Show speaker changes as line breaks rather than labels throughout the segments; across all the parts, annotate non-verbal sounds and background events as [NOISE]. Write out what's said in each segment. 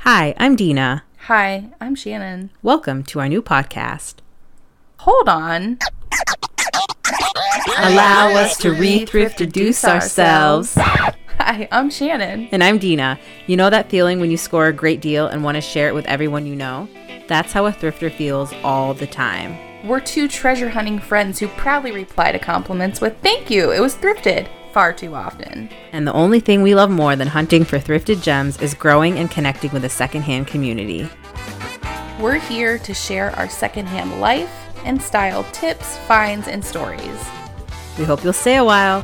Hi, I'm Dina.
Hi, I'm Shannon.
Welcome to our new podcast.
Hold on.
Allow us to re-thrift, reduce ourselves.
Hi, I'm Shannon.
And I'm Dina. You know that feeling when you score a great deal and want to share it with everyone you know? That's how a thrifter feels all the time.
We're two treasure hunting friends who proudly reply to compliments with thank you, it was thrifted far too often.
And the only thing we love more than hunting for thrifted gems is growing and connecting with a secondhand community.
We're here to share our secondhand life and style tips, finds, and stories.
We hope you'll stay a while.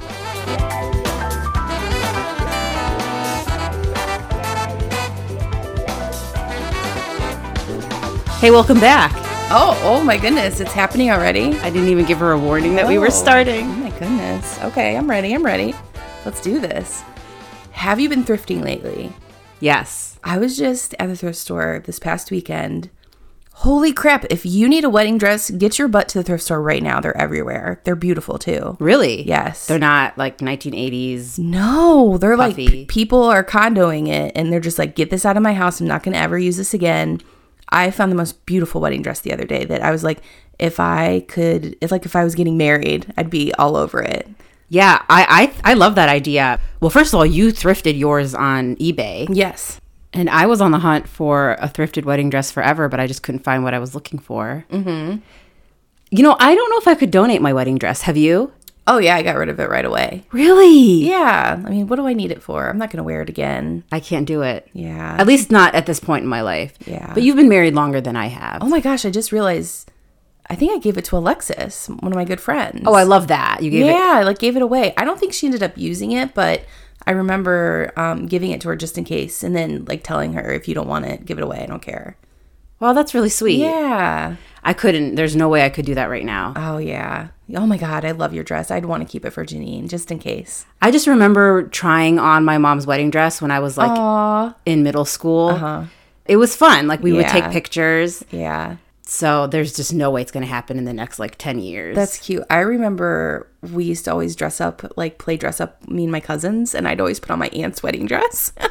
Hey, welcome back.
Oh, oh my goodness, it's happening already.
I didn't even give her a warning that we
Oh.
were
Oh
starting.
my goodness. Okay, I'm ready. I'm ready. Let's do this. Have you been thrifting lately?
Yes.
I was just at the thrift store this past weekend. Holy crap, if you need a wedding dress, get your butt to the thrift store right now. They're everywhere. They're beautiful too.
Really?
Yes.
They're not like 1980s.
No, they're like
Puffy.
p- people are condoing it and they're just like, get this out of my house. I'm not going to ever use this again. I found the most beautiful wedding dress the other day that I was like, if I could, if like if I was getting married, I'd be all over it.
Yeah, I, I I love that idea. Well, first of all, you thrifted yours on eBay,
Yes.
and I was on the hunt for a thrifted wedding dress forever, but I just couldn't find what I was looking for. Mm-hmm. You know, I don't know if I could donate my wedding dress. Have you?
Oh, yeah, I got rid of it right away.
Really?
Yeah. I mean, what do I need it for? I'm not going to wear it again.
I can't do it.
Yeah.
At least not at this point in my life.
Yeah.
But you've been married longer than I have.
Oh my gosh, I just realized I think I gave it to Alexis, one of my good friends.
Oh, I love that. You gave it
yeah, I like gave it away. I don't think she ended up using it, but I remember um, giving it to her just in case and then like telling her if you don't want it, give it away. I don't care.
Well, that's really sweet.
Yeah.
I couldn't. There's no way I could do that right now.
Oh yeah. Oh my god, I love your dress. I'd want to keep it for Janine just in case.
I just remember trying on my mom's wedding dress when I was like
Aw. Uh-huh.
in middle school. It was fun. Like we would
Yeah.
take pictures.
Yeah.
So there's just no way it's going to happen in the next like 10 years.
That's cute. I remember we used to always dress up, like play dress up, me and my cousins, and I'd always put on my aunt's wedding dress. [LAUGHS] so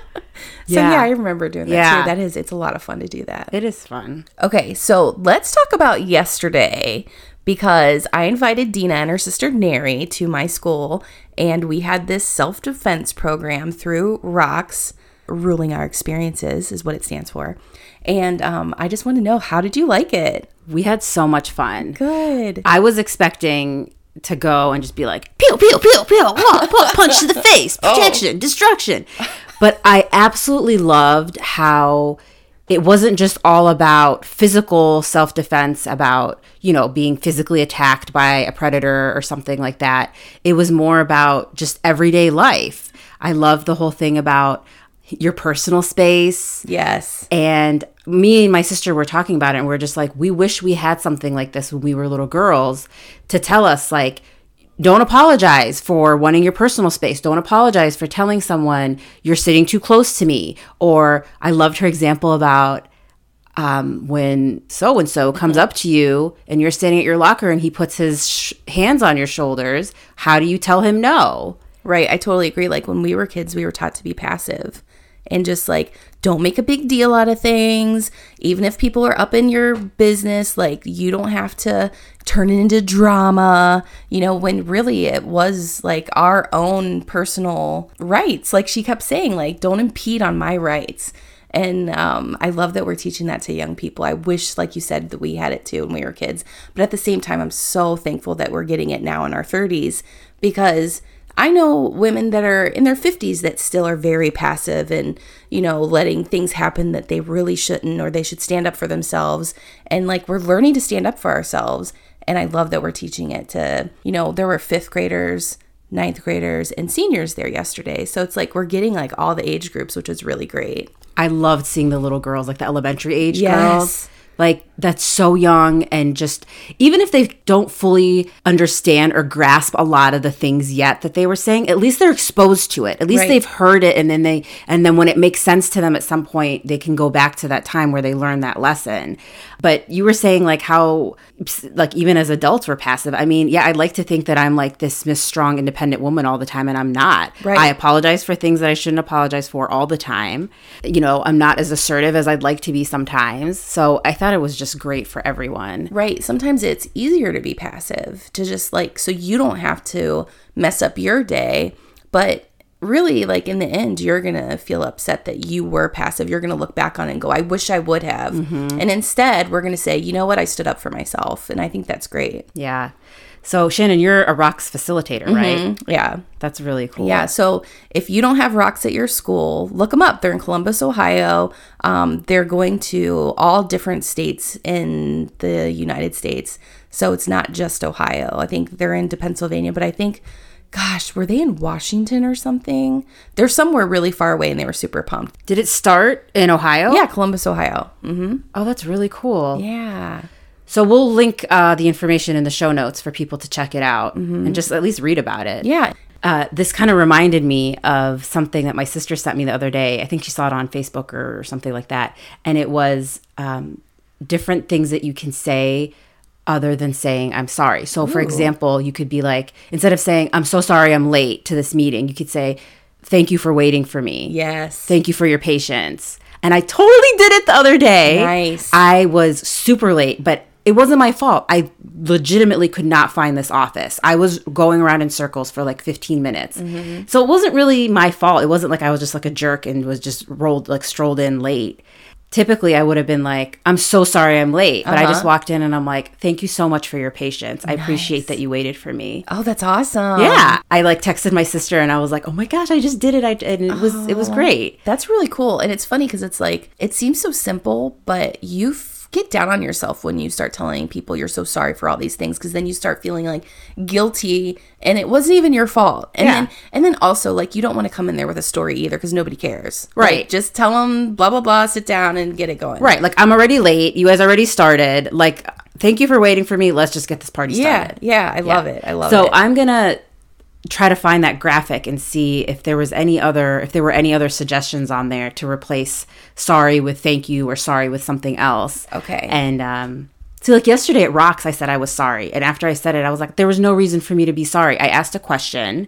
yeah.
Yeah.
I remember doing that
Yeah.
too. That is, it's a lot of fun to do that.
it is fun.
Okay, so let's talk about yesterday because I invited Dina and her sister Neri to my school, and we had this self defense program through ROCKS, Ruling Our Experiences is what it stands for. And um, I just want to know how did you like it?
We had so much fun.
Good.
I was expecting to go and just be like pew pew pew pew [LAUGHS] wah, wah, punch to the face protection destruction but i absolutely loved how it wasn't just all about physical self-defense about you know being physically attacked by a predator or something like that it was more about just everyday life i love the whole thing about your personal space
Yes.
and me and my sister were talking about it, and we are just like, we wish we had something like this when we were little girls to tell us, like, don't apologize for wanting your personal space. Don't apologize for telling someone you're sitting too close to me. Or I loved her example about um, when so and so comes up to you and you're standing at your locker and he puts his sh- hands on your shoulders. How do you tell him no?
Right. I totally agree. Like when we were kids, we were taught to be passive and just like don't make a big deal out of things. Even if people are up in your business, like you don't have to turn it into drama, you know, when really it was like our own personal rights. Like she kept saying, like, don't impede on my rights. And um, I love that we're teaching that to young people. I wish, like you said, that we had it too when we were kids. But at the same time, I'm so thankful that we're getting it now in our 30s because I know women that are in their 50s that still are very passive and, you know, letting things happen that they really shouldn't or they should stand up for themselves. And like we're learning to stand up for ourselves. And I love that we're teaching it to, you know, there were fifth graders, ninth graders, and seniors there yesterday. So it's like we're getting like all the age groups, which is really great.
I loved seeing the little girls, like the elementary age
Yes.
girls. Like that's so young and just even if they don't fully understand or grasp a lot of the things yet that they were saying at least they're exposed to it at least
Right.
they've heard it and then they and then when it makes sense to them at some point they can go back to that time where they learned that lesson but you were saying like how like even as adults we're passive i mean yeah i'd like to think that i'm like this miss strong independent woman all the time and i'm not
Right.
i apologize for things that I shouldn't apologize for all the time. You know, I'm not as assertive as I'd like to be sometimes. So I thought it was just great for everyone.
Right. Sometimes it's easier to be passive, to just like, so you don't have to mess up your day. But really, like in the end, you're going to feel upset that you were passive. You're going to look back on it and go, I wish I would have. And instead, we're going to say, you know what? I stood up for myself. And I think that's great.
Yeah. So Shannon, you're a rocks facilitator,
Mm-hmm.
right?
Yeah.
That's really cool.
Yeah. So if you don't have rocks at your school, look them up. They're in Columbus, Ohio. Um, they're going to all different states in the United States. So it's not just Ohio. I think they're into Pennsylvania, but I think, gosh, were they in Washington or something? They're somewhere really far away and they were super pumped.
Did it start in Ohio?
Yeah, Columbus, Ohio. hmm
Oh, that's really cool.
Yeah.
So we'll link uh, the information in the show notes for people to check it out
Mm-hmm.
and just at least read about it.
Yeah.
Uh, this kind of reminded me of something that my sister sent me the other day. I think she saw it on Facebook or, or something like that. And it was um, different things that you can say other than saying, I'm sorry. So, for example, you could be like, instead of saying, I'm so sorry I'm late to this meeting, you could say, Thank you for waiting for me.
Yes.
Thank you for your patience. And I totally did it the other day.
Nice.
I was super late, but it wasn't my fault. I legitimately could not find this office. I was going around in circles for like 15 minutes. So it wasn't really my fault. It wasn't like I was just like a jerk and was just rolled, like strolled in late. Typically, I would have been like, I'm so sorry I'm late. But I just walked in and I'm like, thank you so much for your patience. I appreciate that you waited for me.
Oh, that's awesome.
Yeah, I like texted my sister and I was like, "Oh my gosh, I just did it!" I and it was it was great.
That's really cool. And it's funny because it's like, it seems so simple, but you f- get down on yourself when you start telling people you're so sorry for all these things because then you start feeling like guilty and it wasn't even your fault. And
Yeah.
then, and then also, like, you don't want to come in there with a story either because nobody cares.
Right.
Like, just tell them, blah, blah, blah, sit down and get it going.
Right, like I'm already late. You guys already started. Like, thank you for waiting for me. Let's just get this party
Yeah.
started.
Yeah. I love it. I love
so
it.
I'm gonna try to find that graphic and see if there was any other if there were any other suggestions on there to replace sorry with thank you or sorry with something else.
Okay.
And um so like yesterday at Rocks I said I was sorry. And after I said it, I was like, there was no reason for me to be sorry. I asked a question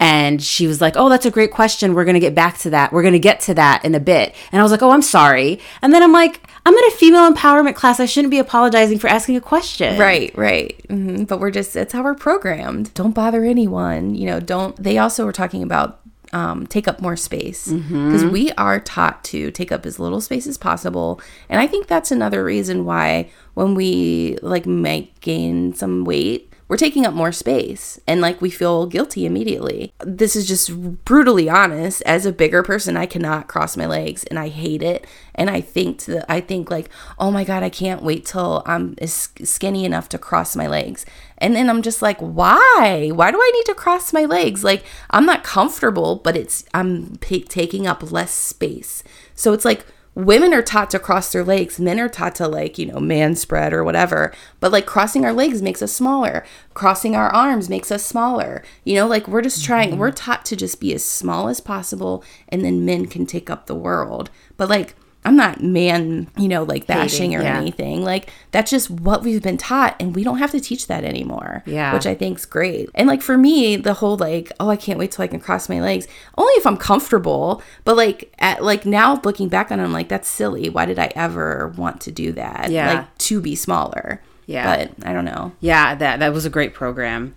and she was like, Oh, that's a great question. We're gonna get back to that. We're gonna get to that in a bit. And I was like, Oh, I'm sorry. And then I'm like, I'm in a female empowerment class. I shouldn't be apologizing for asking a question.
Right, right. hmm But we're just, it's how we're programmed. Don't bother anyone. You know, don't, they also were talking about um, take up more space because we are taught to take up as little space as possible. And I think that's another reason why when we like might gain some weight, we're taking up more space and like we feel guilty immediately. This is just brutally honest. As a bigger person, I cannot cross my legs and I hate it. And I think to the, I think like, oh my god, I can't wait till I'm s- skinny enough to cross my legs. And then I'm just like, why? Why do I need to cross my legs? Like I'm not comfortable, but it's I'm p- taking up less space. So it's like women are taught to cross their legs men are taught to like you know man spread or whatever but like crossing our legs makes us smaller crossing our arms makes us smaller you know like we're just trying we're taught to just be as small as possible and then men can take up the world but like i'm not man you know like bashing or
yeah.
anything like that's just what we've been taught and we don't have to teach that anymore
Yeah.
which i think's great and like for me the whole like oh i can't wait till i can cross my legs only if i'm comfortable but like at like now looking back on it i'm like that's silly why did i ever want to do that
Yeah.
like to be smaller
Yeah.
but i don't know
Yeah, that that was a great program.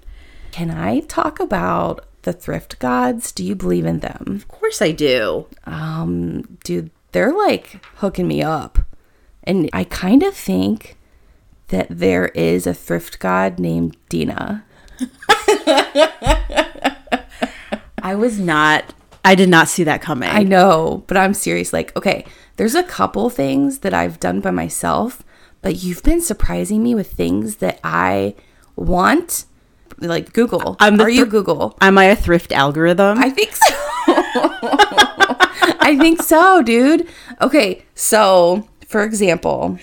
can i talk about the thrift gods do you believe in them
Of course I do.
um dude they're like hooking me up and i kind of think that there is a thrift god named dina
I was not I did not see that coming.
I know, but I'm serious. Like, okay, there's a couple things that I've done by myself, but you've been surprising me with things that I want. Like Google.
I'm the
Are you
thr-
Google?
Am I a thrift algorithm?
I think so. [LAUGHS] I think so, dude. Okay, so for example,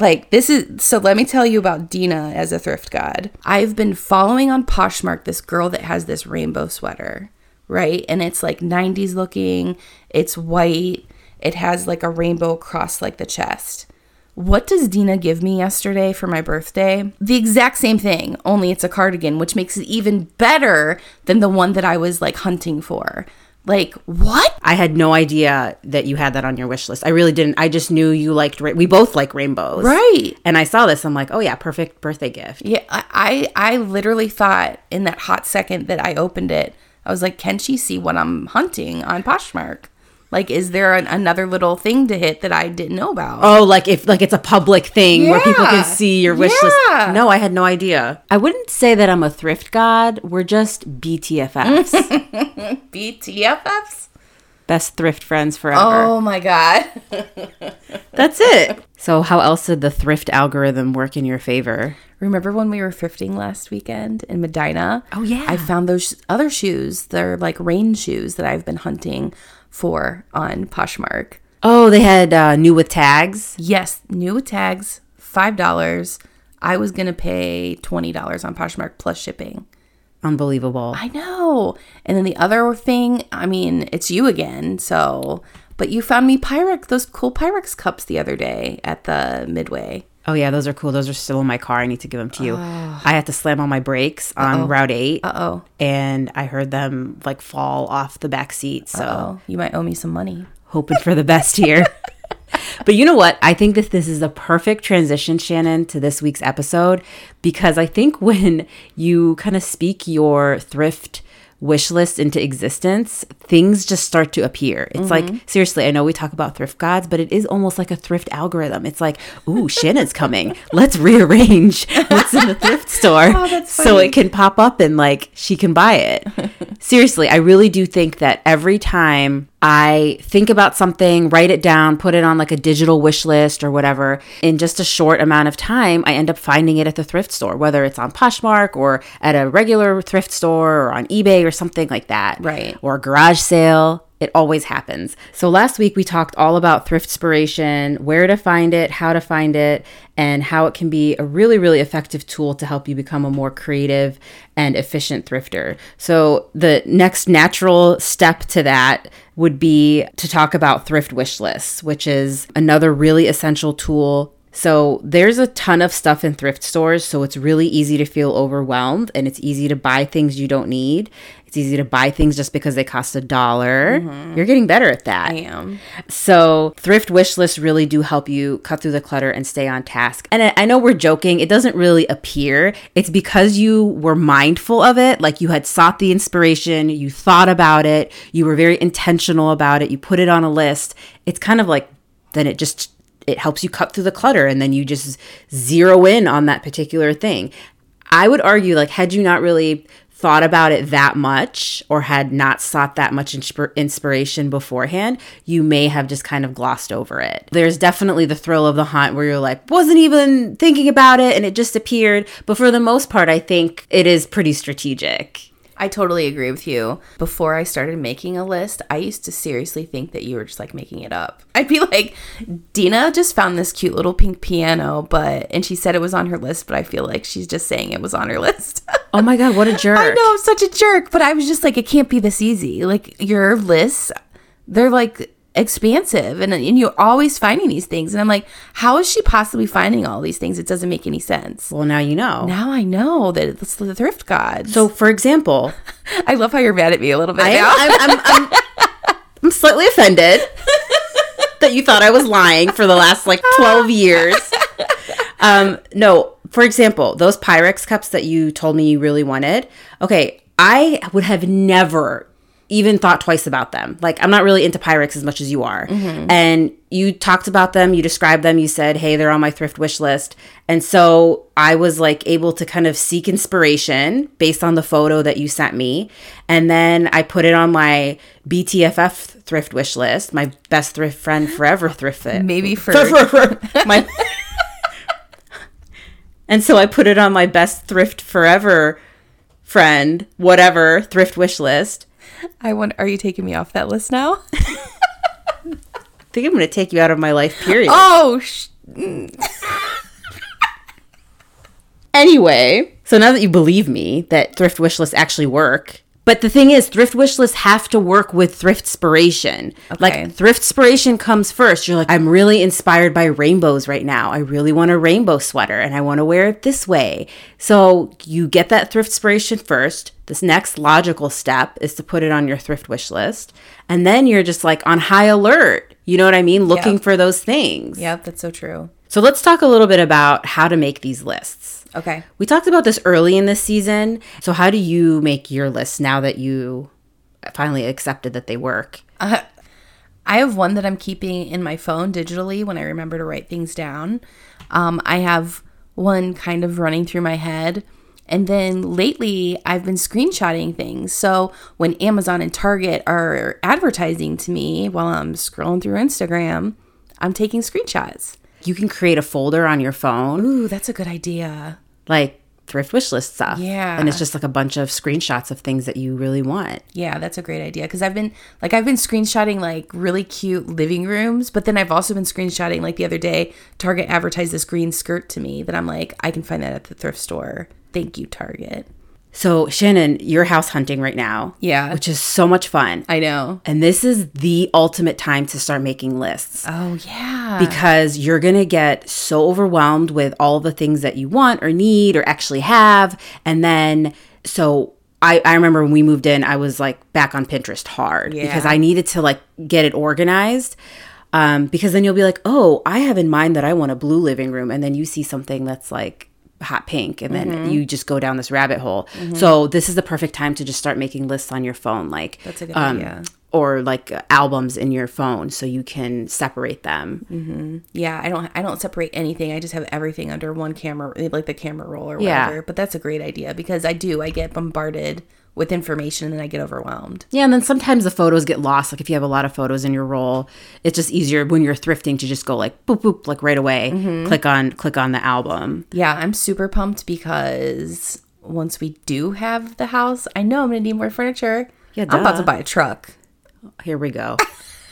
Like this is so let me tell you about Dina as a thrift god. I've been following on Poshmark this girl that has this rainbow sweater, right? And it's like 90s looking, it's white, it has like a rainbow across like the chest. What does Dina give me yesterday for my birthday? The exact same thing, only it's a cardigan, which makes it even better than the one that I was like hunting for. Like, what?
I had no idea that you had that on your wish list. I really didn't. I just knew you liked. Ra- we both like rainbows,
Right.
And I saw this. I'm like, oh yeah, perfect birthday gift.
Yeah, I I I literally thought in that hot second that I opened it, I was like, can she see what I'm hunting on Poshmark? Like, is there an, another little thing to hit that I didn't know about?
Oh, like if like it's a public thing where people
Yeah.
can see your wish
Yeah.
list. No, I had no idea. I wouldn't say that I'm a thrift god. We're just BTFFs, [LAUGHS]
BTFFs?
best thrift friends forever.
Oh my god. [LAUGHS]
That's it. So, how else did the thrift algorithm work in your favor?
Remember when we were thrifting last weekend in Medina?
Oh, yeah.
I found those other shoes. They're like rain shoes that I've been hunting for on Poshmark.
Oh, they had uh, new with tags.
Yes, new with tags, five dollars. I was gonna pay twenty dollars on Poshmark plus shipping.
Unbelievable.
I know. And then the other thing, I mean, it's you again. So, but you found me Pyrex, those cool Pyrex cups the other day at the Midway.
Oh yeah, those are cool. Those are still in my car. I need to give them to you. I had to slam on my brakes on Route 8
Oh. Uh-oh.
and I heard them like fall off the back seat. So
Oh, you might owe me some money.
hoping for the best here. but you know what? I think that this is the perfect transition, Shannon, to this week's episode because I think when you kind of speak your thrift wish list into existence, things just start to appear. It's like, seriously, I know we talk about thrift gods, but it is almost like a thrift algorithm. It's like, ooh, Shannon's coming. Let's rearrange what's in the thrift store so it can pop up and like she can buy it. Seriously, I really do think that every time I think about something, write it down, put it on like a digital wish list or whatever, in just a short amount of time, I end up finding it at the thrift store, whether it's on Poshmark or at a regular thrift store or on eBay or something like that.
Right.
Or a garage sale. It always happens. So last week we talked all about thrift inspiration, where to find it, how to find it, and how it can be a really, really effective tool to help you become a more creative and efficient thrifter. So the next natural step to that would be to talk about thrift wish lists, which is another really essential tool so there's a ton of stuff in thrift stores, so it's really easy to feel overwhelmed and it's easy to buy things you don't need. It's easy to buy things just because they cost a dollar. You're getting better at that.
Mm-hmm. I am.
So thrift wish lists really do help you cut through the clutter and stay on task. And I, I know we're joking; it doesn't really appear. It's because you were mindful of it, like you had sought the inspiration, you thought about it, you were very intentional about it, you put it on a list. It's kind of like then it just it helps you cut through the clutter, and then you just zero in on that particular thing. I would argue, like, had you not really thought about it that much or had not sought that much insp- inspiration beforehand, you may have just kind of glossed over it. There's definitely the thrill of the hunt where you're like, wasn't even thinking about it and it just appeared. But for the most part, I think it is pretty strategic.
I totally agree with you. Before I started making a list, I used to seriously think that you were just like making it up. [LAUGHS] I'd be like, Dina just found this cute little pink piano, but, and she said it was on her list, but I feel like she's just saying it was on her [LAUGHS] list.
Oh my God, what a jerk.
I know I'm such a jerk, but I was just like, it can't be this easy. Like your lists, they're like expansive, and and you're always finding these things. And I'm like, how is she possibly finding all these things? It doesn't make any sense.
Well, now you know.
Now I know that it's the thrift gods.
so, for example,
I love how you're mad at me a little bit
I
now.
am, I'm, I'm, I'm, I'm slightly offended that you thought I was lying for the last like 12 years. Um, no, for example, those Pyrex cups that you told me you really wanted. Okay, I would have never even thought twice about them. Like, I'm not really into Pyrex as much as you are. And you talked about them, you described them, you said, hey, they're on my thrift wish list. And so I was like able to kind of seek inspiration based on the photo that you sent me. And then I put it on my BTFF thrift wish list, my best thrift friend forever thrift fit.
[LAUGHS] Maybe for
my and so I put it on my best thrift forever friend, whatever thrift wish list.
I want. Are you taking me off that
[LAUGHS]
list now?
I think I'm going to take you out of my life, period.
Oh, sh- Anyway,
So now that you believe me that thrift wish lists actually work, but the thing is, thrift wish lists have to work with thrift spiration.
Okay.
Like thrift spiration comes first. You're like, I'm really inspired by rainbows right now. I really want a rainbow sweater and I want to wear it this way. So you get that thrift spiration first. This next logical step is to put it on your thrift wish list. And then you're just like on high alert. You know what I mean? Looking for those things.
Yep, that's so true.
So let's talk a little bit about how to make these lists.
Okay.
We talked about this early in this season. So, how do you make your list now that you finally accepted that they work?
I have one that I'm keeping in my phone digitally when I remember to write things down. Um, I have one kind of running through my head. And then lately, I've been screenshotting things. So when Amazon and Target are advertising to me while I'm scrolling through Instagram, I'm taking screenshots.
You can create a folder on your phone,
Ooh, that's a good idea.
like thrift wish list stuff.
Yeah.
And it's just like a bunch of screenshots of things that you really want.
Yeah, that's a great idea because I've been like I've been screenshotting like really cute living rooms, but then I've also been screenshotting like the other day Target advertised this green skirt to me that I'm like I can find that at the thrift store. Thank you Target.
So, Shannon, you're house hunting right now.
Yeah.
Which is so much fun.
I know.
and this is the ultimate time to start making lists.
Oh yeah.
because you're going to get so overwhelmed with all the things that you want or need or actually have. And then, so I, I remember when we moved in, I was like back on Pinterest hard because
Yeah.
I needed to like get it organized. Um, because then you'll be like, oh, I have in mind that I want a blue living room. And then you see something that's like, hot pink and then
Mm-hmm.
you just go down this rabbit hole. So this is the perfect time to just start making lists on your phone like um,
that's a good idea.
or like albums in your phone so you can separate them
Yeah, I don't I don't separate anything. I just have everything under one camera, like the camera roll or
Yeah.
whatever. But that's a great idea because I do I get bombarded with information and I get overwhelmed.
Yeah, and then sometimes the photos get lost. Like if you have a lot of photos in your roll, it's just easier when you're thrifting to just go like boop boop like right away.
Mm-hmm.
Click on click on the album.
Yeah, I'm super pumped because once we do have the house, I know I'm gonna need more furniture.
Yeah,
I'm about to
duh.
buy a truck.
Here we go.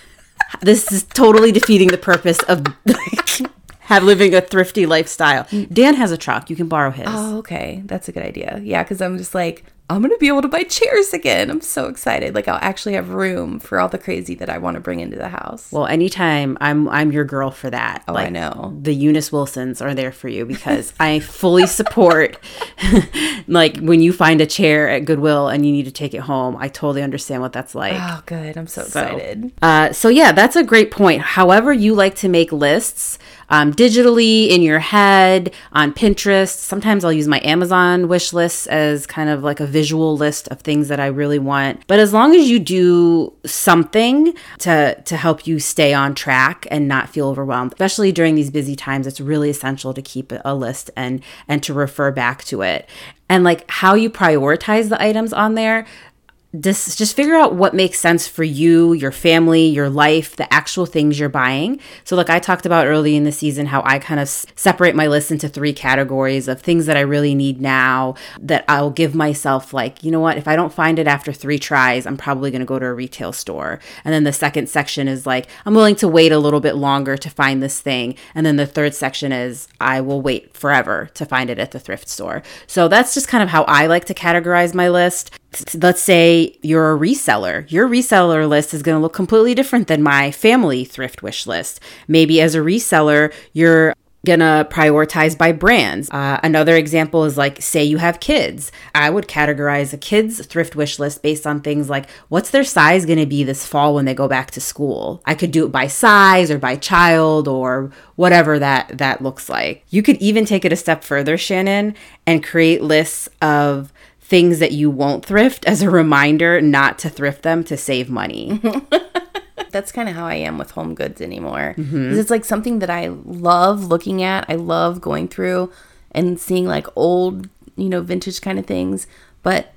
[LAUGHS] this is totally defeating the purpose of like, [LAUGHS] have living a thrifty lifestyle. Dan has a truck. You can borrow his.
Oh, okay, that's a good idea. Yeah, because I'm just like I'm gonna be able to buy chairs again. I'm so excited. Like I'll actually have room for all the crazy that I want to bring into the house.
Well, anytime I'm I'm your girl for that. Oh,
I know.
The Eunice Wilsons are there for you because I fully support [LAUGHS] like when you find a chair at Goodwill and you need to take it home. I totally understand what that's like.
Oh, good. I'm so excited.
Uh, so yeah, that's a great point. However, you like to make lists um, digitally in your head on Pinterest. Sometimes I'll use my Amazon wish lists as kind of like a visual list of things that I really want. But as long as you do something to to help you stay on track and not feel overwhelmed, especially during these busy times, it's really essential to keep a list and and to refer back to it. And like how you prioritize the items on there this just figure out what makes sense for you, your family, your life, the actual things you're buying. So, like I talked about early in the season, how I kind of s- separate my list into three categories of things that I really need now that I'll give myself, like, you know what, if I don't find it after three tries, I'm probably going to go to a retail store. And then the second section is like, I'm willing to wait a little bit longer to find this thing. And then the third section is, I will wait forever to find it at the thrift store. So, that's just kind of how I like to categorize my list let's say you're a reseller. Your reseller list is going to look completely different than my family thrift wish list. Maybe as a reseller, you're gonna prioritize by brands. Uh, another example is like, say you have kids. I would categorize a kid's thrift wish list based on things like what's their size gonna be this fall when they go back to school. I could do it by size or by child or whatever that that looks like. You could even take it a step further, Shannon, and create lists of things that you won't thrift as a reminder not to thrift them to save money.
that's kind of how I am with home goods anymore. 'Cause It's like something that I love looking at. I love going through and seeing like old, you know, vintage kind of things, but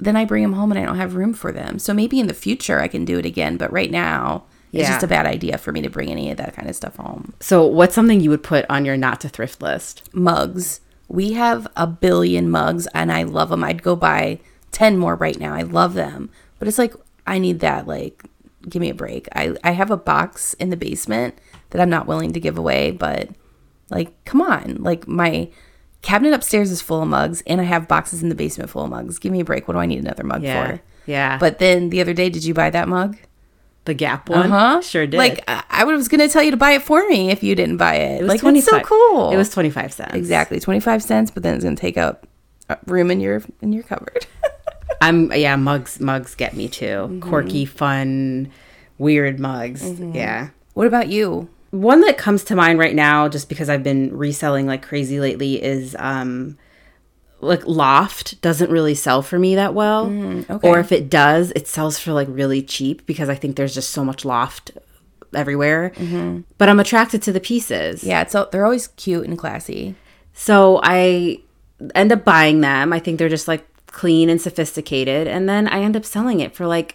then I bring them home and I don't have room for them. So maybe in the future I can do it again, but right now it's
Yeah.
just a bad idea for me to bring any of that kind of stuff home.
so, what's something you would put on your not to thrift list?
Mugs. We have a billion mugs and I love them. I'd go buy 10 more right now. I love them. But it's like I need that like give me a break. I I have a box in the basement that I'm not willing to give away, but like come on. Like my Cabinet upstairs is full of mugs, and I have boxes in the basement full of mugs. Give me a break. What do I need another mug
Yeah.
for?
Yeah.
But then the other day, did you buy that mug?
the Gap one.
Huh?
Sure did.
Like I I was going to tell you to buy it for me if you didn't buy it.
It
like that's so
25
cool.
It was 25 cents.
exactly twenty five cents, but then it's going to take up uh, room in your in your cupboard. [LAUGHS]
I'm yeah, mugs mugs get me too. Quirky, fun, weird mugs. Yeah.
what about you?
One that comes to mind right now just because I've been reselling like crazy lately is um like Loft doesn't really sell for me that well.
Mm, okay.
Or if it does, it sells for like really cheap because I think there's just so much Loft everywhere. But I'm attracted to the pieces.
Mm-hmm. Yeah, it's all, they're always cute and classy.
So I end up buying them. I think they're just like clean and sophisticated. And then I end up selling it for like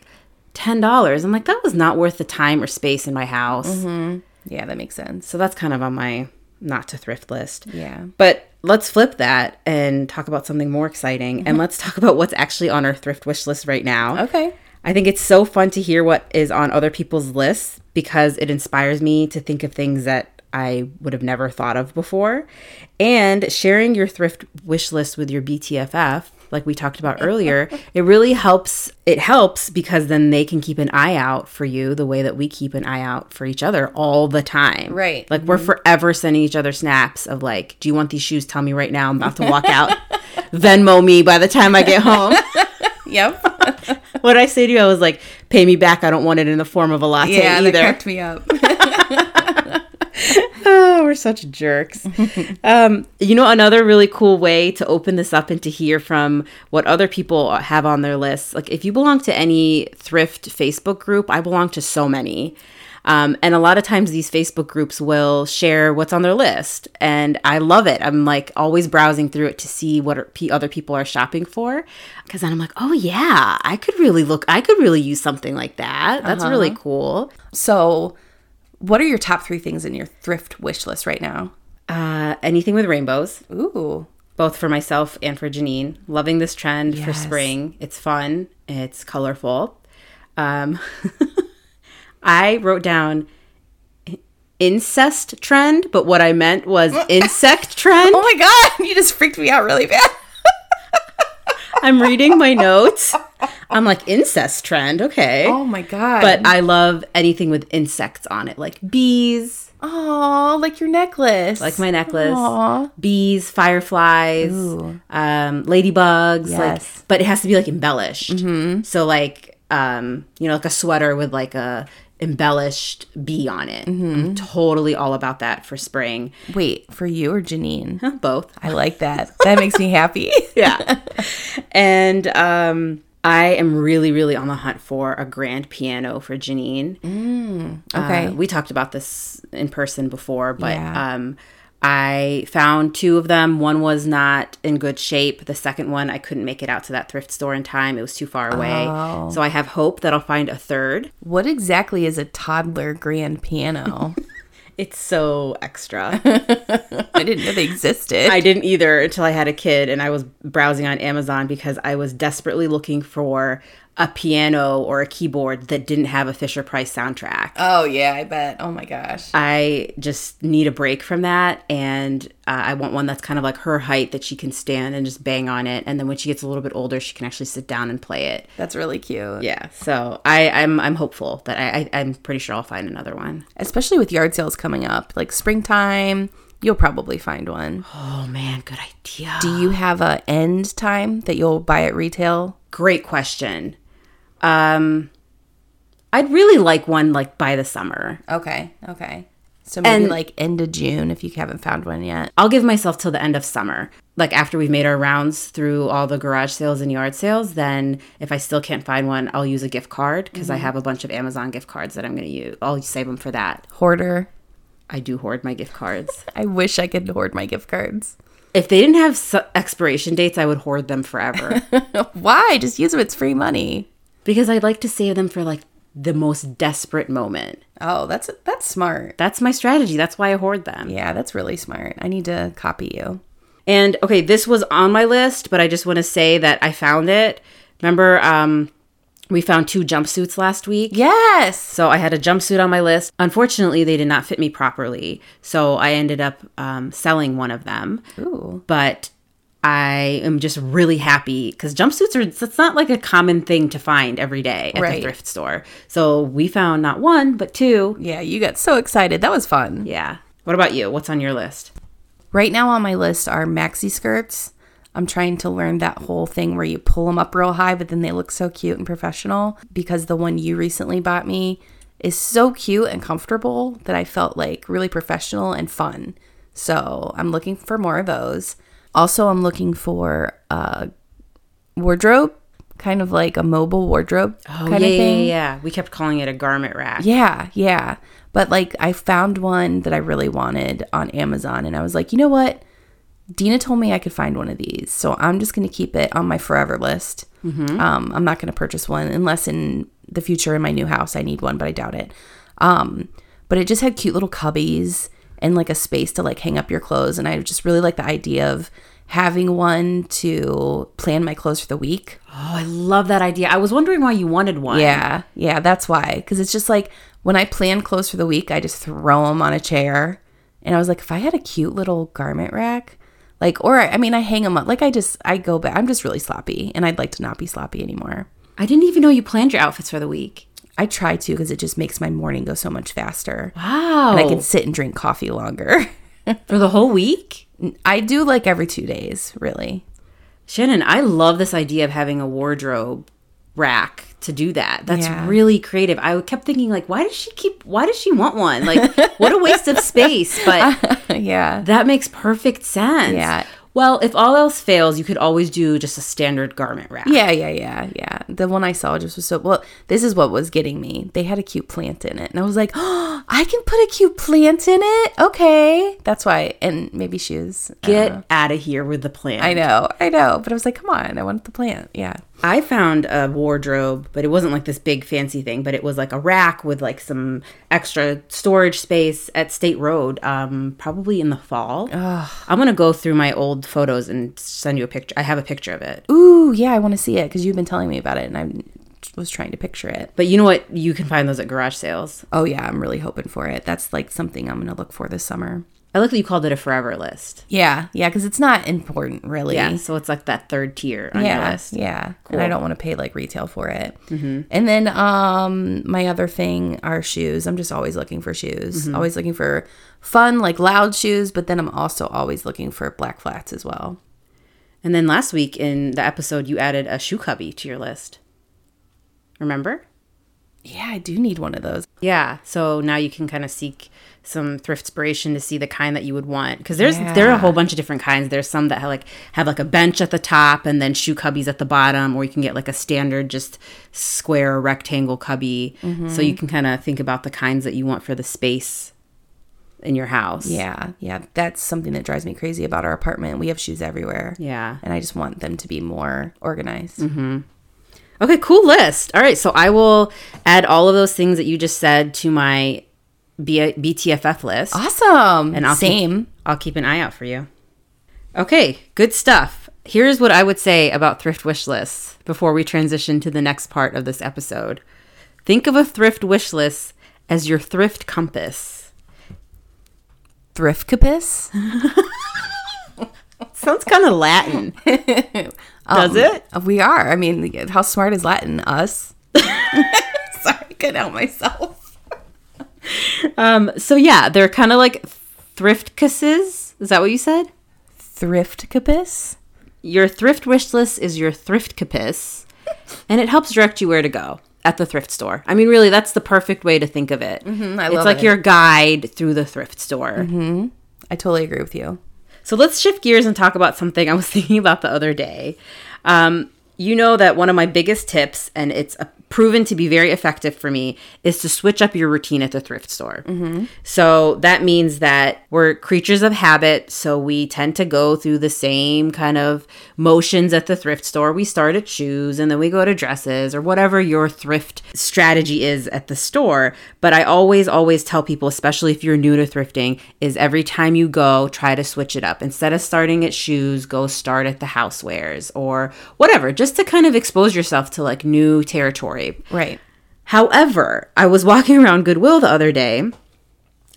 $10. I'm like, that was not worth the time or space in my house.
Mm-hmm. Yeah, that makes sense.
So that's kind of on my not to thrift list.
Yeah.
But let's flip that and talk about something more exciting. And let's talk about what's actually on our thrift wish list right now.
Mm-hmm. Okay.
I think it's so fun to hear what is on other people's lists because it inspires me to think of things that I would have never thought of before. And sharing your thrift wish list with your BTFF, like we talked about earlier, it really helps. It helps because then they can keep an eye out for you the way that we keep an eye out for each other all the time.
Right.
Like we're forever sending each other snaps of like, do you want these shoes? Tell me right now. I'm about to walk out. Venmo me by the time I get home
[LAUGHS] Yep.
[LAUGHS] what I say to you, I was like, pay me back. I don't want it in the form of a latte
yeah,
either.
that cracked me [LAUGHS] up.
Oh, [LAUGHS] we're such jerks. um, you know, another really cool way to open this up and to hear from what other people have on their lists. Like, if you belong to any thrift Facebook group, I belong to so many. Um, and a lot of times these Facebook groups will share what's on their list. And I love it. I'm like always browsing through it to see what are, p- other people are shopping for. Cause then I'm like, oh, yeah, I could really look, I could really use something like that. That's really cool.
so, what are your top three things in your thrift wish list right now?
Uh, anything with rainbows.
Ooh.
both for myself and for Janine. Loving this trend for
Yes.
spring. It's fun, it's colorful. Um, [LAUGHS] I wrote down incest trend, but what I meant
[LAUGHS]
was insect trend.
Oh my god, [LAUGHS] you just freaked me out really bad.
I'm reading my notes. I'm like, incest trend, okay.
[LAUGHS] Oh my god.
but I love anything with insects on it, like bees,
oh, like your necklace.
like my necklace,
Aw.
bees, fireflies, um, ladybugs.
Yes. Mm-hmm.
Like, but it has to be like embellished. So like, um, you know, like a sweater with like a embellished bee on it.
Mm-hmm.
I'm totally all about that for spring.
Wait, for you or Janine?
Both.
[LAUGHS] I like that. That makes me [LAUGHS] happy.
yeah. [LAUGHS] And um, I am really, really on the hunt for a grand piano for Janine.
Mm. Okay.
Uh, we talked about this in person before, but
Yeah.
um, I found two of them. One was not in good shape. The second one, I couldn't make it out to that thrift store in time. It was too far away. So I have hope that I'll find a third.
what exactly is a toddler grand piano?
It's so extra.
I didn't know they existed.
[LAUGHS] I didn't either until I had a kid and I was browsing on Amazon because I was desperately looking for a piano or a keyboard that didn't have a Fisher Price soundtrack.
oh yeah, I bet. Oh my gosh.
I just need a break from that. And uh, I want one that's kind of like her height that she can stand and just bang on it. And then when she gets a little bit older, she can actually sit down and play it.
That's really cute.
Yeah. So I, I'm, I'm hopeful that I, I, I'm pretty sure I'll find another one.
Especially with yard sales coming up, like springtime, you'll probably find one.
Oh man, good idea.
Do [GASPS] you have a end time that you'll buy at retail?
Great question. Um, I'd really like one like by the summer.
Okay. Okay. So maybe
And-
like end of June if you haven't found one yet.
I'll give myself till the end of summer. Like after we've made our rounds through all the garage sales and yard sales, then if I still can't find one, I'll use a gift card because I have a bunch of Amazon gift cards that I'm going to use. I'll save them for that.
Hoarder.
I do hoard my gift cards. [LAUGHS]
I wish I could hoard my gift cards. [LAUGHS]
if they didn't have su- expiration dates, I would hoard them forever
Why? Just use them. It's free money.
because I'd like to save them for like the most desperate moment.
Oh, that's that's smart.
That's my strategy. That's why I hoard them.
Yeah, that's really smart. I need to copy you.
And okay, this was on my list, but I just want to say that I found it. Remember, um, We found two jumpsuits last week.
Yes.
So I had a jumpsuit on my list. Unfortunately, they did not fit me properly. So I ended up um, selling one of them.
Ooh.
But I am just really happy because jumpsuits are, it's not like a common thing to find every day at
Right.
the thrift store. So we found not one, but two.
Yeah, you got so excited. That was fun.
Yeah. What about you? What's on your list?
Right now on my list are maxi skirts. I'm trying to learn that whole thing where you pull them up real high, but then they look so cute and professional because the one you recently bought me is so cute and comfortable that I felt like really professional and fun. So I'm looking for more of those. Also, I'm looking for a wardrobe, kind of like a mobile wardrobe
Oh,
kind
yeah,
of thing.
yeah, yeah. We kept calling it a garment rack.
Yeah, yeah. But like I found one that I really wanted on Amazon and I was like, "You know what? Dina told me I could find one of these, so I'm just going to keep it on my forever list. Um, I'm not going to purchase one unless in the future in my new house I need one, but I doubt it. Um, but it just had cute little cubbies and like a space to like hang up your clothes, and I just really like the idea of having one to plan my clothes for the week.
Oh, I love that idea. I was wondering why you wanted one.
Yeah, yeah, that's why. Because it's just like when I plan clothes for the week, I just throw them on a chair. And I was like, if I had a cute little garment rack, like, or I mean, I hang them up. Like, I just, I go back. I'm just really sloppy, and I'd like to not be sloppy anymore.
I didn't even know you planned your outfits for the week.
I try to because it just makes my morning go so much faster.
Wow.
And I can sit and drink coffee longer. [LAUGHS]
for the whole week?
I do like every two days, really. [LAUGHS]
Shannon, I love this idea of having a wardrobe rack to do that. That's
Yeah.
really creative. I kept thinking like, why does she keep why does she want one? Like, what a waste of
[LAUGHS]
space, but
yeah.
that makes perfect sense.
Yeah.
Well, if all else fails, you could always do just a standard garment rack.
Yeah, yeah, yeah, yeah. The one I saw just was so well. This is what was getting me. They had a cute plant in it, and I was like, [GASPS] "Oh, I can put a cute plant in it." Okay, that's why. And maybe shoes. I don't
Get
know.
out of here with the plan.
I know, I know. But I was like, "Come on, I want the plant." Yeah.
I found a wardrobe, but it wasn't like this big fancy thing, but it was like a rack with like some extra storage space at State Road, um, probably in the fall. I'm going to go through my old photos and send you a picture. I have a picture of it.
Ooh, yeah. I want to see it because you've been telling me about it, and I was trying to picture it.
But you know what? You can find those at garage sales.
Oh yeah, I'm really hoping for it. That's like something I'm gonna look for this summer.
I like that you called it a forever list.
Yeah, yeah. Because it's not important, really.
Yeah. So it's like that third tier on your
yeah, Mm-hmm.
list.
Yeah. And I don't want to pay like retail for it. And then um my other thing are shoes. I'm just always looking for shoes. Always looking for fun, like loud shoes, but then I'm also always looking for black flats as well.
And then last week in the episode, you added a shoe cubby to your list. Remember?
Yeah, I do need one of those.
Yeah. So now you can kind of seek some thrift inspiration to see the kind that you would want because there's there are a whole bunch of different kinds. There's some that have like have like a bench at the top and then shoe cubbies at the bottom, or you can get like a standard just square rectangle cubby. So you can kind of think about the kinds that you want for the space in your house.
Yeah. Yeah, that's something that drives me crazy about our apartment. We have shoes everywhere.
Yeah.
And I just want them to be more organized.
Okay, cool list. All right, so I will add all of those things that you just said to my B- BTFF list.
Awesome. And
I'll keep-
same.
I'll keep an eye out for you. Okay, good stuff. Here's what I would say about thrift wish lists before we transition to the next part of this episode. Think of a thrift wish list as your thrift compass.
Thrift capis.
Sounds kind of Latin. [LAUGHS] Um, Does it?
We are. I mean, how smart is Latin? Us. [LAUGHS] Sorry, I couldn't help myself.
Um, so yeah, they're kind of like thrift kisses. Is that what you said?
Thrift capis.
Your thrift wish list is your thrift
[LAUGHS]
compass, and it helps direct you where to go at the thrift store. I mean, really, that's the perfect way to think of it. Mm-hmm,
I
it's
love
like
it. Mm-hmm.
your guide through the thrift store.
I totally agree with you.
So let's shift gears and talk about something I was [LAUGHS] thinking about the other day. Um, you know that one of my biggest tips, and it's uh, proven to be very effective for me, is to switch up your routine at the thrift store.
Mm-hmm.
So that means that we're creatures of habit, so we tend to go through the same kind of motions at the thrift store. We start at shoes and then we go to dresses or whatever your thrift strategy is at the store. But I always, always tell people, especially if you're new to thrifting, is every time you go, try to switch it up. Instead of starting at shoes, go start at the housewares or whatever, just to kind of expose yourself to like new territory rape.
Right.
However, I was walking around Goodwill the other day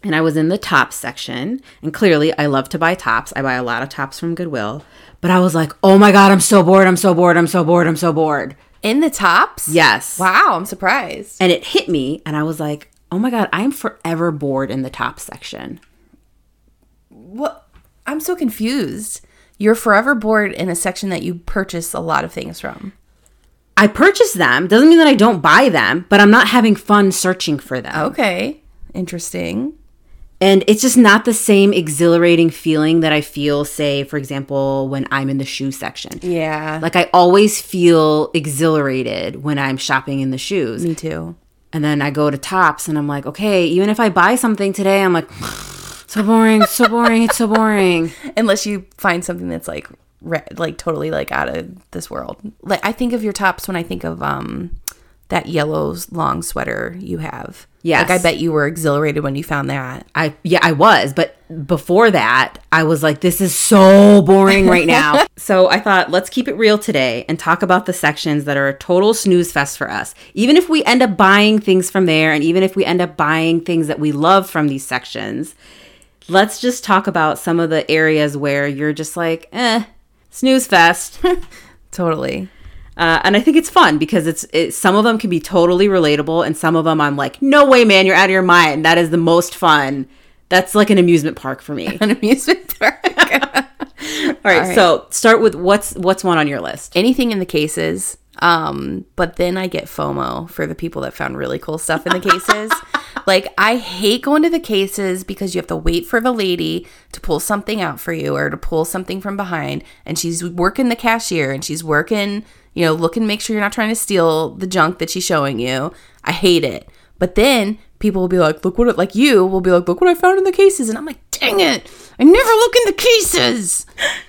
and I was in the tops section. And clearly, I love to buy tops. I buy a lot of tops from Goodwill. But I was like, oh my God, I'm so bored. I'm so bored. I'm so bored. I'm so bored.
In the tops?
Yes.
Wow, I'm surprised.
And it hit me. And I was like, oh my God, I'm forever bored in the tops section.
What? I'm so confused. You're forever bored in a section that you purchase a lot of things from.
I purchase them. Doesn't mean that I don't buy them, but I'm not having fun searching for them.
Oh. Okay. Interesting.
And it's just not the same exhilarating feeling that I feel, say, for example, when I'm in the shoe section.
Yeah.
Like I always feel exhilarated when I'm shopping in the shoes.
me too.
And then I go to Tops and I'm like, okay, even if I buy something today, I'm like, [SIGHS] so boring, so boring, it's so boring.
Unless you find something that's like re- like totally like out of this world. Like I think of your tops when I think of um that yellow s- long sweater you have.
Yes.
Like I bet you were exhilarated when you found that.
I yeah, I was, but before that, I was like this is so boring right now. so I thought, let's keep it real today and talk about the sections that are a total snooze fest for us. Even if we end up buying things from there and even if we end up buying things that we love from these sections, let's just talk about some of the areas where you're just like, "Eh, snooze fest." [LAUGHS]
Totally. [LAUGHS]
Uh, and I think it's fun because it's it, some of them can be totally relatable, and some of them I'm like, no way, man, you're out of your mind. That is the most fun. That's like an amusement park for [LAUGHS] me. All
An amusement park.
right,
right.
so start with what's what's one on your list.
anything in the cases. Um, but then I get FOMO for the people that found really cool stuff in the cases. like I hate going to the cases because you have to wait for the lady to pull something out for you or to pull something from behind and she's working the cashier and she's working, you know, looking to make sure you're not trying to steal the junk that she's showing you. I hate it. But then people will be like, look what it like you will be like, look what I found in the cases and I'm like, dang it, I never look in the cases.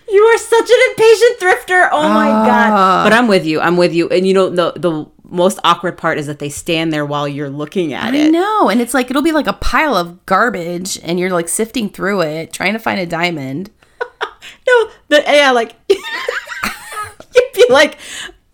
You are such an impatient thrifter. Oh my god! But I'm with you. I'm with you. And you know the the most awkward part is that they stand there while you're looking at
I
it.
know. And it's like, it'll be like a pile of garbage, and you're like sifting through it, trying to find a diamond.
No, the eh, yeah, like [LAUGHS] you'd be like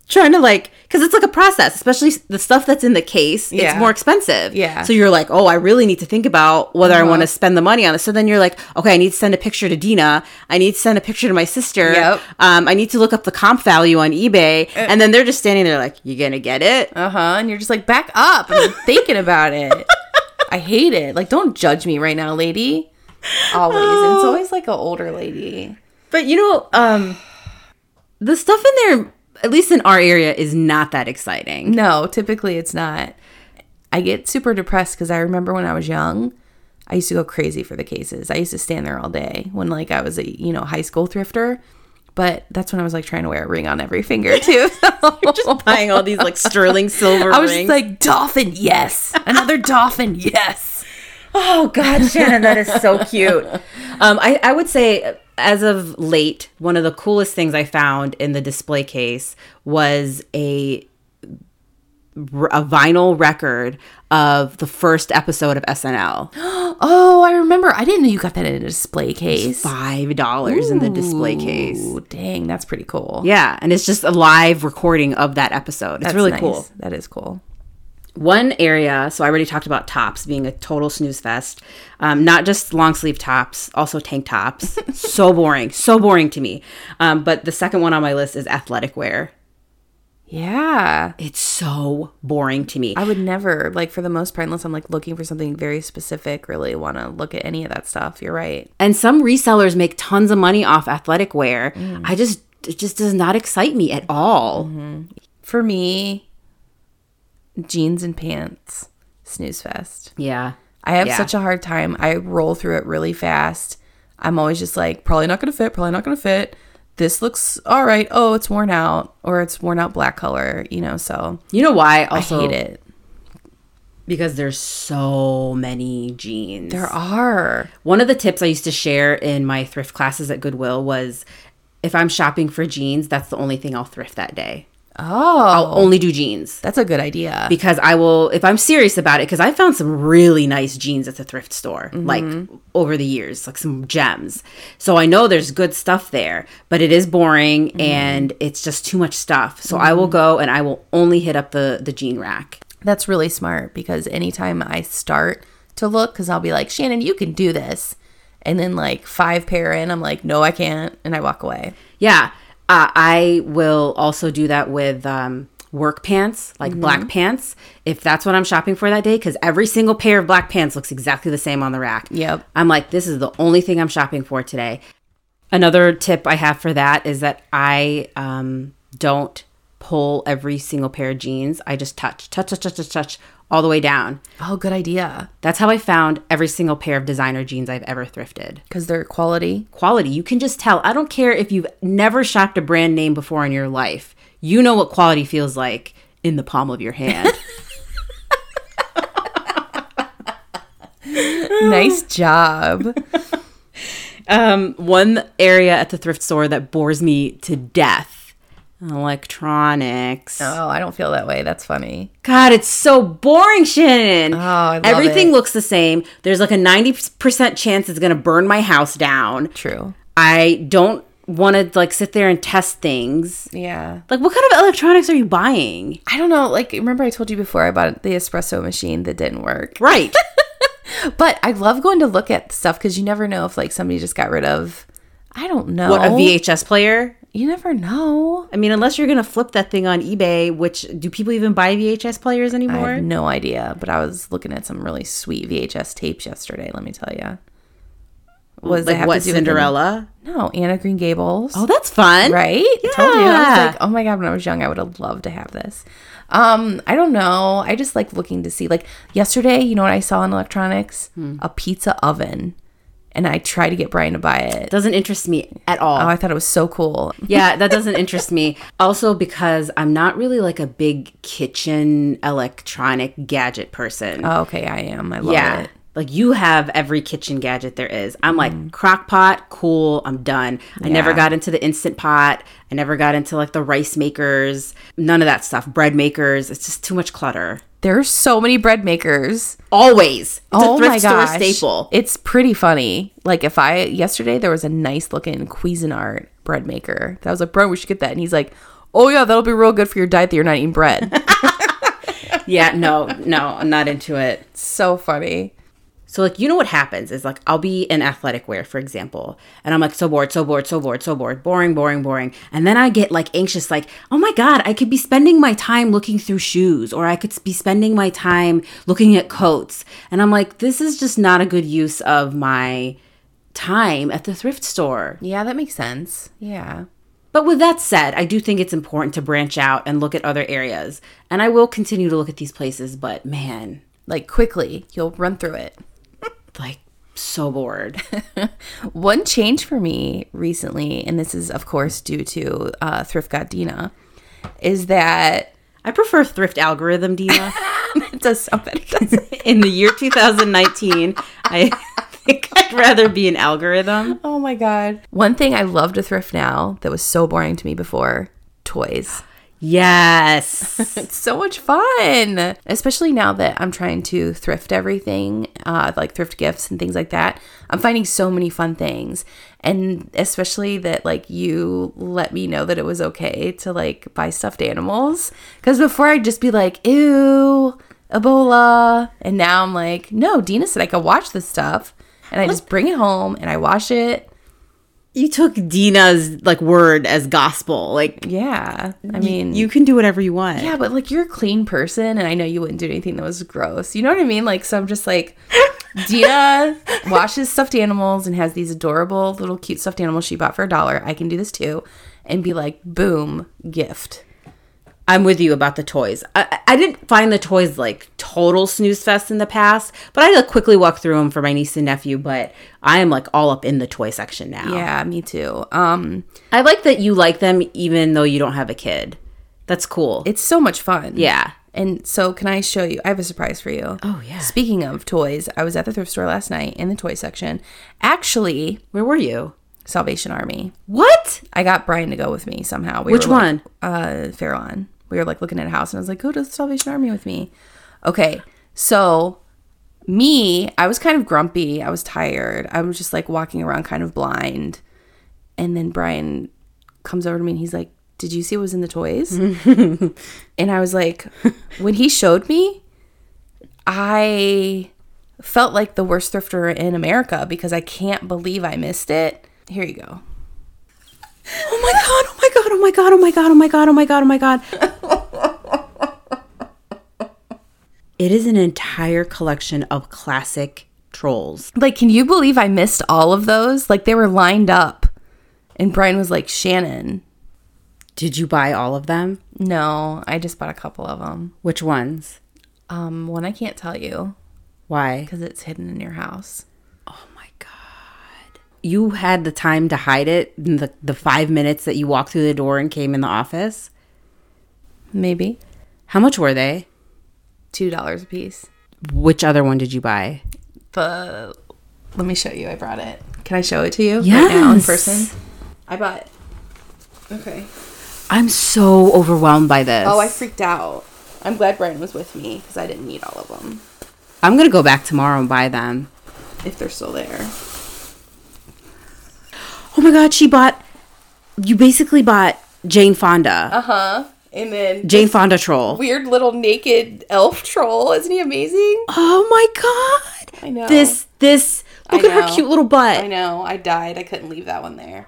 trying to like because it's like a process, especially s- the stuff that's in the case.
Yeah.
It's more expensive.
Yeah. Uh-huh.
So you're like, oh, I really need to think about whether I want to spend the money on this. So then you're like, okay, I need to send a picture to Dina. I need to send a picture to my sister.
Yep.
Um, I need to look up the comp value on eBay, and then they're just standing there like, you gonna get it?
Uh huh. And you're just like, back
[LAUGHS]
up. and I'm thinking about it. I hate it. Like, don't judge me right now, lady. Always. And
Oh.
it's always like an older lady.
But you know, um, the stuff in there, at least in our area, is not that exciting.
[LAUGHS] No, typically it's not. I get super depressed because I remember when I was young, I used to go crazy for the cases. I used to stand there all day when like I was a you know high school thrifter, but that's when I was like trying to wear a ring on
[LAUGHS]
every finger too.
Just buying all these like sterling silver
I was
rings.
just like dolphin, yes,
[LAUGHS]
another dolphin, yes.
Oh God, Shannon, that is so cute. Um, I, I would say as of late, one of the coolest things I found in the display case was a r- a vinyl record of the first episode of
[GASPS]
SNL.
Oh, I remember. I didn't know you got that in a display case.
Five dollars in the display case.
Ooh, dang, that's pretty cool.
Yeah, and it's just a live recording of that episode. It's
that's
really
nice.
cool.
That is cool.
one area so i already talked about tops being a total snooze fest um, not just long sleeve tops also tank
[LAUGHS]
tops so boring so boring to me um, but the second one on my list is athletic wear
Yeah,
it's so boring to me
I
[SIGHS]
would never like for the most part unless I'm like looking for something very specific. Really want to look at any of that stuff. You're right.
and some resellers make tons of money off athletic wear
Mm.
i just it just does not excite me at all
Mm-hmm. For me, jeans and pants snooze fest.
yeah
I have
Yeah.
such a hard time. I roll through it really fast. I'm always just like, probably not going to fit, probably not going to fit. This looks all right. Oh, it's worn out or it's worn out black color, you know, so
you know why also
I hate it.
because there's so many jeans
There are.
One of the tips I used to share in my thrift classes at Goodwill was if I'm shopping for jeans, that's the only thing I'll thrift that day.
Oh,
Only do jeans
that's a good idea.
because I will if I'm serious about it because I found some really nice jeans at the thrift store like over the years like some gems. So I know there's good stuff there, but it is boring and it's just too much stuff. So I will go and I will only hit up the the jean rack.
That's really smart because anytime I start to look, because I'll be like, Shannon, you can do this. And then, like, five pair in, I'm like, no, I can't. And I walk away.
Yeah. Uh, I will also do that with um, work pants, like black pants, if that's what I'm shopping for that day, because every single pair of black pants looks exactly the same on the rack.
Yep.
I'm like, this is the only thing I'm shopping for today. Another tip I have for that is that I um, don't pull every single pair of jeans. I just touch, touch, touch, touch, touch, touch all the way down.
Oh, good idea.
That's how I found every single pair of designer jeans I've ever thrifted
Because they're quality.
quality. You can just tell. I don't care if you've never shopped a brand name before in your life. You know what quality feels like in the palm of your
[LAUGHS]
hand.
nice job. [LAUGHS]
um, one area at the thrift store that bores me to death electronics.
Oh, I don't feel that way. That's funny.
God, it's so boring, Shannon. Oh,
I love
Everything
it.
looks the same. There's like a 90% chance it's going to burn my house down.
True.
I don't want to like sit there and test things.
Yeah.
Like what kind of electronics are you
[LAUGHS]
buying?
I don't know. Like, remember I told you before I bought the espresso machine that didn't work.
Right.
But I love going to look at stuff because you never know if, like, somebody just got rid of, I don't know.
what a VHS player?
You never know.
I mean, unless you're gonna flip that thing on eBay, which do people even buy VHS players
I
anymore?
have no idea, but I was looking at some really sweet VHS tapes yesterday. Let me tell you. Was
like what Cinderella?
no, Anna Green Gables.
Oh, that's fun,
right? I told you. I
Yeah.
was like, oh my god, when I was young, I would have loved to have this. Um, I don't know. I just like looking to see. Like yesterday, you know what I saw in electronics?
Hmm.
A pizza oven, and I tried to get Brian to buy it.
Doesn't interest me at all.
Oh, I thought it was so cool.
[LAUGHS] yeah, that doesn't interest me. Also, because I'm not really like a big kitchen electronic gadget person.
Oh, okay, I am. I love
yeah.
it.
Like you have every kitchen gadget there is. I'm like crock pot, cool, I'm done. I never
Mm. Yeah.
got into the instant pot. I never got into like the rice makers, none of that stuff. Bread makers. It's just too much clutter.
There are so many bread makers.
Always. It's
oh
a thrift
my
store
gosh.
staple.
It's pretty funny. Like if I yesterday there was a nice looking Cuisinart bread maker. That I was like, bro, we should get that. And he's like, oh yeah, that'll be real good for your diet that you're not
[LAUGHS]
eating bread.
[LAUGHS] yeah, no, no, I'm not into it.
so funny.
So like you know what happens is like I'll be in athletic wear, for example, and I'm like so bored, so bored, so bored, so bored, boring, boring, boring. And then I get like anxious, like, oh my God, I could be spending my time looking through shoes, or I could be spending my time looking at coats. And I'm like, this is just not a good use of my time at the thrift store.
Yeah, that makes sense. Yeah.
But with that said, I do think it's important to branch out and look at other areas. And I will continue to look at these places, but man,
Like quickly, you'll run through it.
like so bored. [LAUGHS]
One change for me recently, and this is of course due to uh, Thrift Godina, is that [LAUGHS]
I prefer thrift algorithm, Dina. [LAUGHS]
it does so bad. It does.
in the year 2019 i [LAUGHS] think i'd rather be an algorithm
[LAUGHS] oh my god. One thing I love to thrift now that was so boring to me before, toys.
yes
It's so much fun, especially now that I'm trying to thrift everything, uh, like thrift gifts and things like that. I'm finding so many fun things, and especially that like you let me know that it was okay to like buy stuffed animals, because before I'd just be like, ew, Ebola, and now I'm like, no, Dina said I could watch this stuff, and I just bring it home and I wash it.
you took dina's like word as gospel like
Yeah, I mean,
you can do whatever you want
Yeah, but like you're a clean person, and I know you wouldn't do anything that was gross. You know what I mean? Like, so I'm just like,
[LAUGHS]
Dina washes stuffed animals and has these adorable little cute stuffed animals she bought for a dollar. I can do this too, and be like, boom, gift.
i'm with you about the toys I, I didn't find the toys like total snooze fest in the past but i like quickly walked through them for my niece and nephew but i am like all up in the toy section now
Yeah, me too. Um,
i like that you like them even though you don't have a kid that's cool
it's so much fun.
yeah
And so, can I show you? I have a surprise for you.
Oh, yeah.
Speaking of toys, I was at the thrift store last night in the toy section. Actually,
where were you
Salvation Army.
What?
I got Brian to go with me somehow. We
Which
were, like,
one?
uh Farallon. We were like looking at a house and I was like, go to the Salvation Army with me. Okay. So me, I was kind of grumpy. I was tired. I was just like walking around kind of blind. And then Brian comes over to me and he's like, Did you see what was in the toys? and I was like, when he showed me, I felt like the worst thrifter in America because I can't believe I missed it. Here you go.
Oh my god! Oh my god! Oh my god! Oh my god! Oh my god! Oh my god! Oh my god! it is an entire collection of classic trolls.
Like, can you believe I missed all of those? Like, they were lined up. And Brian was like, Shannon,
Did you buy all of them?
no, I just bought a couple of them.
Which ones?
Um, one I can't tell you
Why?
because it's hidden in your house.
Oh my god! You had the time to hide it in the the five minutes that you walked through the door and came in the office.
Maybe
How much were they?
$2 a piece.
Which other one did you buy?
The let me show you. I brought it. Can I show it to you right now in
Yes.
person? I bought. Okay.
I'm so overwhelmed by this.
Oh, I freaked out. I'm glad Brian was with me because I didn't need all of them
I'm gonna go back tomorrow and buy them.
if they're still there.
Oh my god, she bought. You basically bought Jane Fonda,
Uh huh. And then
Jane Fonda troll.
weird little naked elf troll. Isn't he amazing?
oh my god!
I know.
This this. Look
I
at her
know.
cute little
I
butt.
know. I died. I couldn't leave that one there.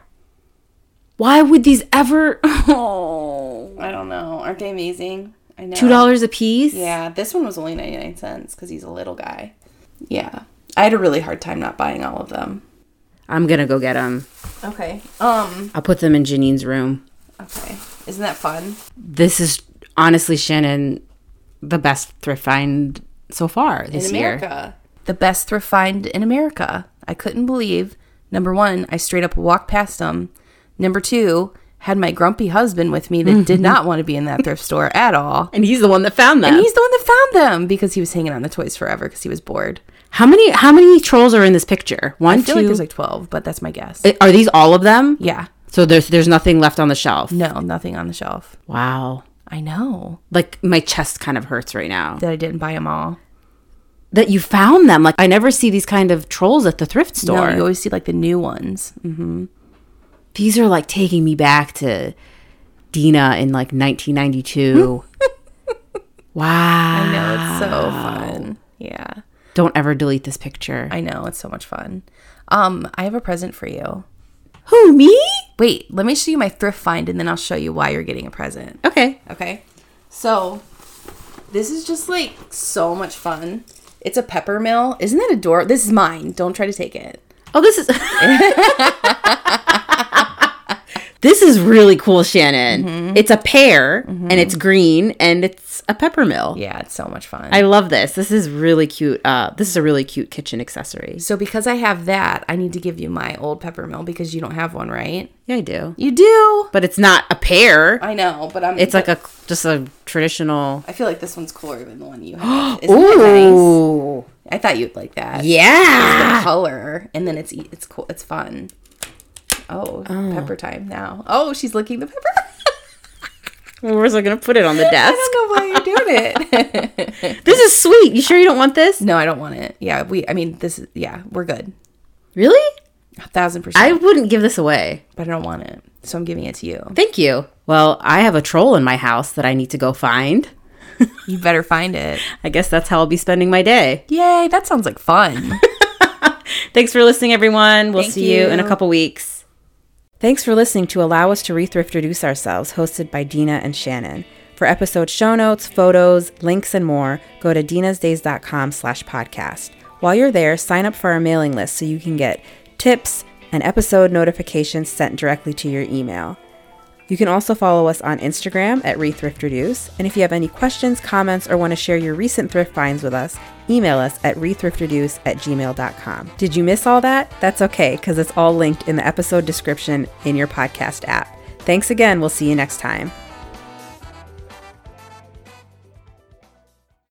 Why would these ever? [LAUGHS] Oh.
I don't know. Aren't they amazing? I know.
Two dollars a piece.
Yeah. This one was only 99 cents because he's a little guy. Yeah. I had a really hard time not buying all of them.
I'm gonna go get them.
Okay. Um.
I'll put them in Janine's room.
Okay. Isn't that fun?
This is honestly Shannon, the best thrift find so far this
in
year.
America. The best thrift find in America. I couldn't believe. Number one, I straight up walked past them. Number two, had my grumpy husband with me that did [LAUGHS] not want to be in that thrift store at all.
And he's the one that found them.
And he's the one that found them because he was hanging on the toys forever because he was bored.
how many how many trolls are in this picture? One,
I feel
two. eh,
like there's like 12, but that's my guess.
are these all of them?
yeah.
So there's there's nothing left on the shelf.
No, nothing on the shelf.
Wow.
I know
Like my chest kind of hurts right now.
that I didn't buy them all.
That you found them. Like I never see these kind of trolls at the thrift store.
No, you always see like the new ones.
these are like taking me back to Dina in like
[LAUGHS]
1992. wow.
I know, it's so fun. Yeah.
Don't ever delete this picture.
I know, it's so much fun. Um, I have a present for you.
Who me?
Wait, let me show you my thrift find and then I'll show you why you're getting a present.
Okay.
Okay. So, this is just like so much fun. It's a pepper mill. Isn't that adorable? This is mine. Don't try to take it.
Oh, this is [LAUGHS] This is really cool, Shannon. It's a pear and it's green and it's a peppermill.
Yeah, it's so much fun.
I love this. This is really cute. Uh, this is a really cute kitchen accessory.
so, because I have that, I need to give you my old pepper mill because you don't have one, right?
Yeah, I do.
You do.
But it's not a pear.
I know, but I'm.
It's like a just a traditional.
I feel like this one's cooler than the one you [GASPS] have. Isn't that nice?
Ooh,
I thought you'd like
[LAUGHS]
that.
yeah.
the color and then it's e- it's cool it's fun oh, pepper time now oh she's licking the pepper [LAUGHS]
Where's I gonna put it on the
i
desk?
don't know why you're doing
[LAUGHS]
it [LAUGHS]
This is sweet. You sure you don't want this?
no i don't want it yeah we i mean this is yeah we're good
Really?
a thousand percent
I wouldn't give this away.
but i don't want it so i'm giving it to you
Thank you. Well, I have a troll in my house that I need to go find.
you better find it
I guess that's how I'll be spending my day.
yay that sounds like fun
Thanks for listening, everyone. We'll
Thank
see you. in a
you.
couple weeks. Thanks for listening to Allow Us to Rethrift Reduce Ourselves, hosted by Dina and Shannon. For episode show notes, photos, links, and more, go to dinasdays.com slash podcast. While you're there, sign up for our mailing list so you can get tips and episode notifications sent directly to your email. You can also follow us on Instagram at ReThriftReduce. And if you have any questions, comments, or want to share your recent thrift finds with us, email us at ReThriftReduce at gmail.com. Did you miss all that? That's okay, because it's all linked in the episode description in your podcast app. Thanks again. We'll see you next time.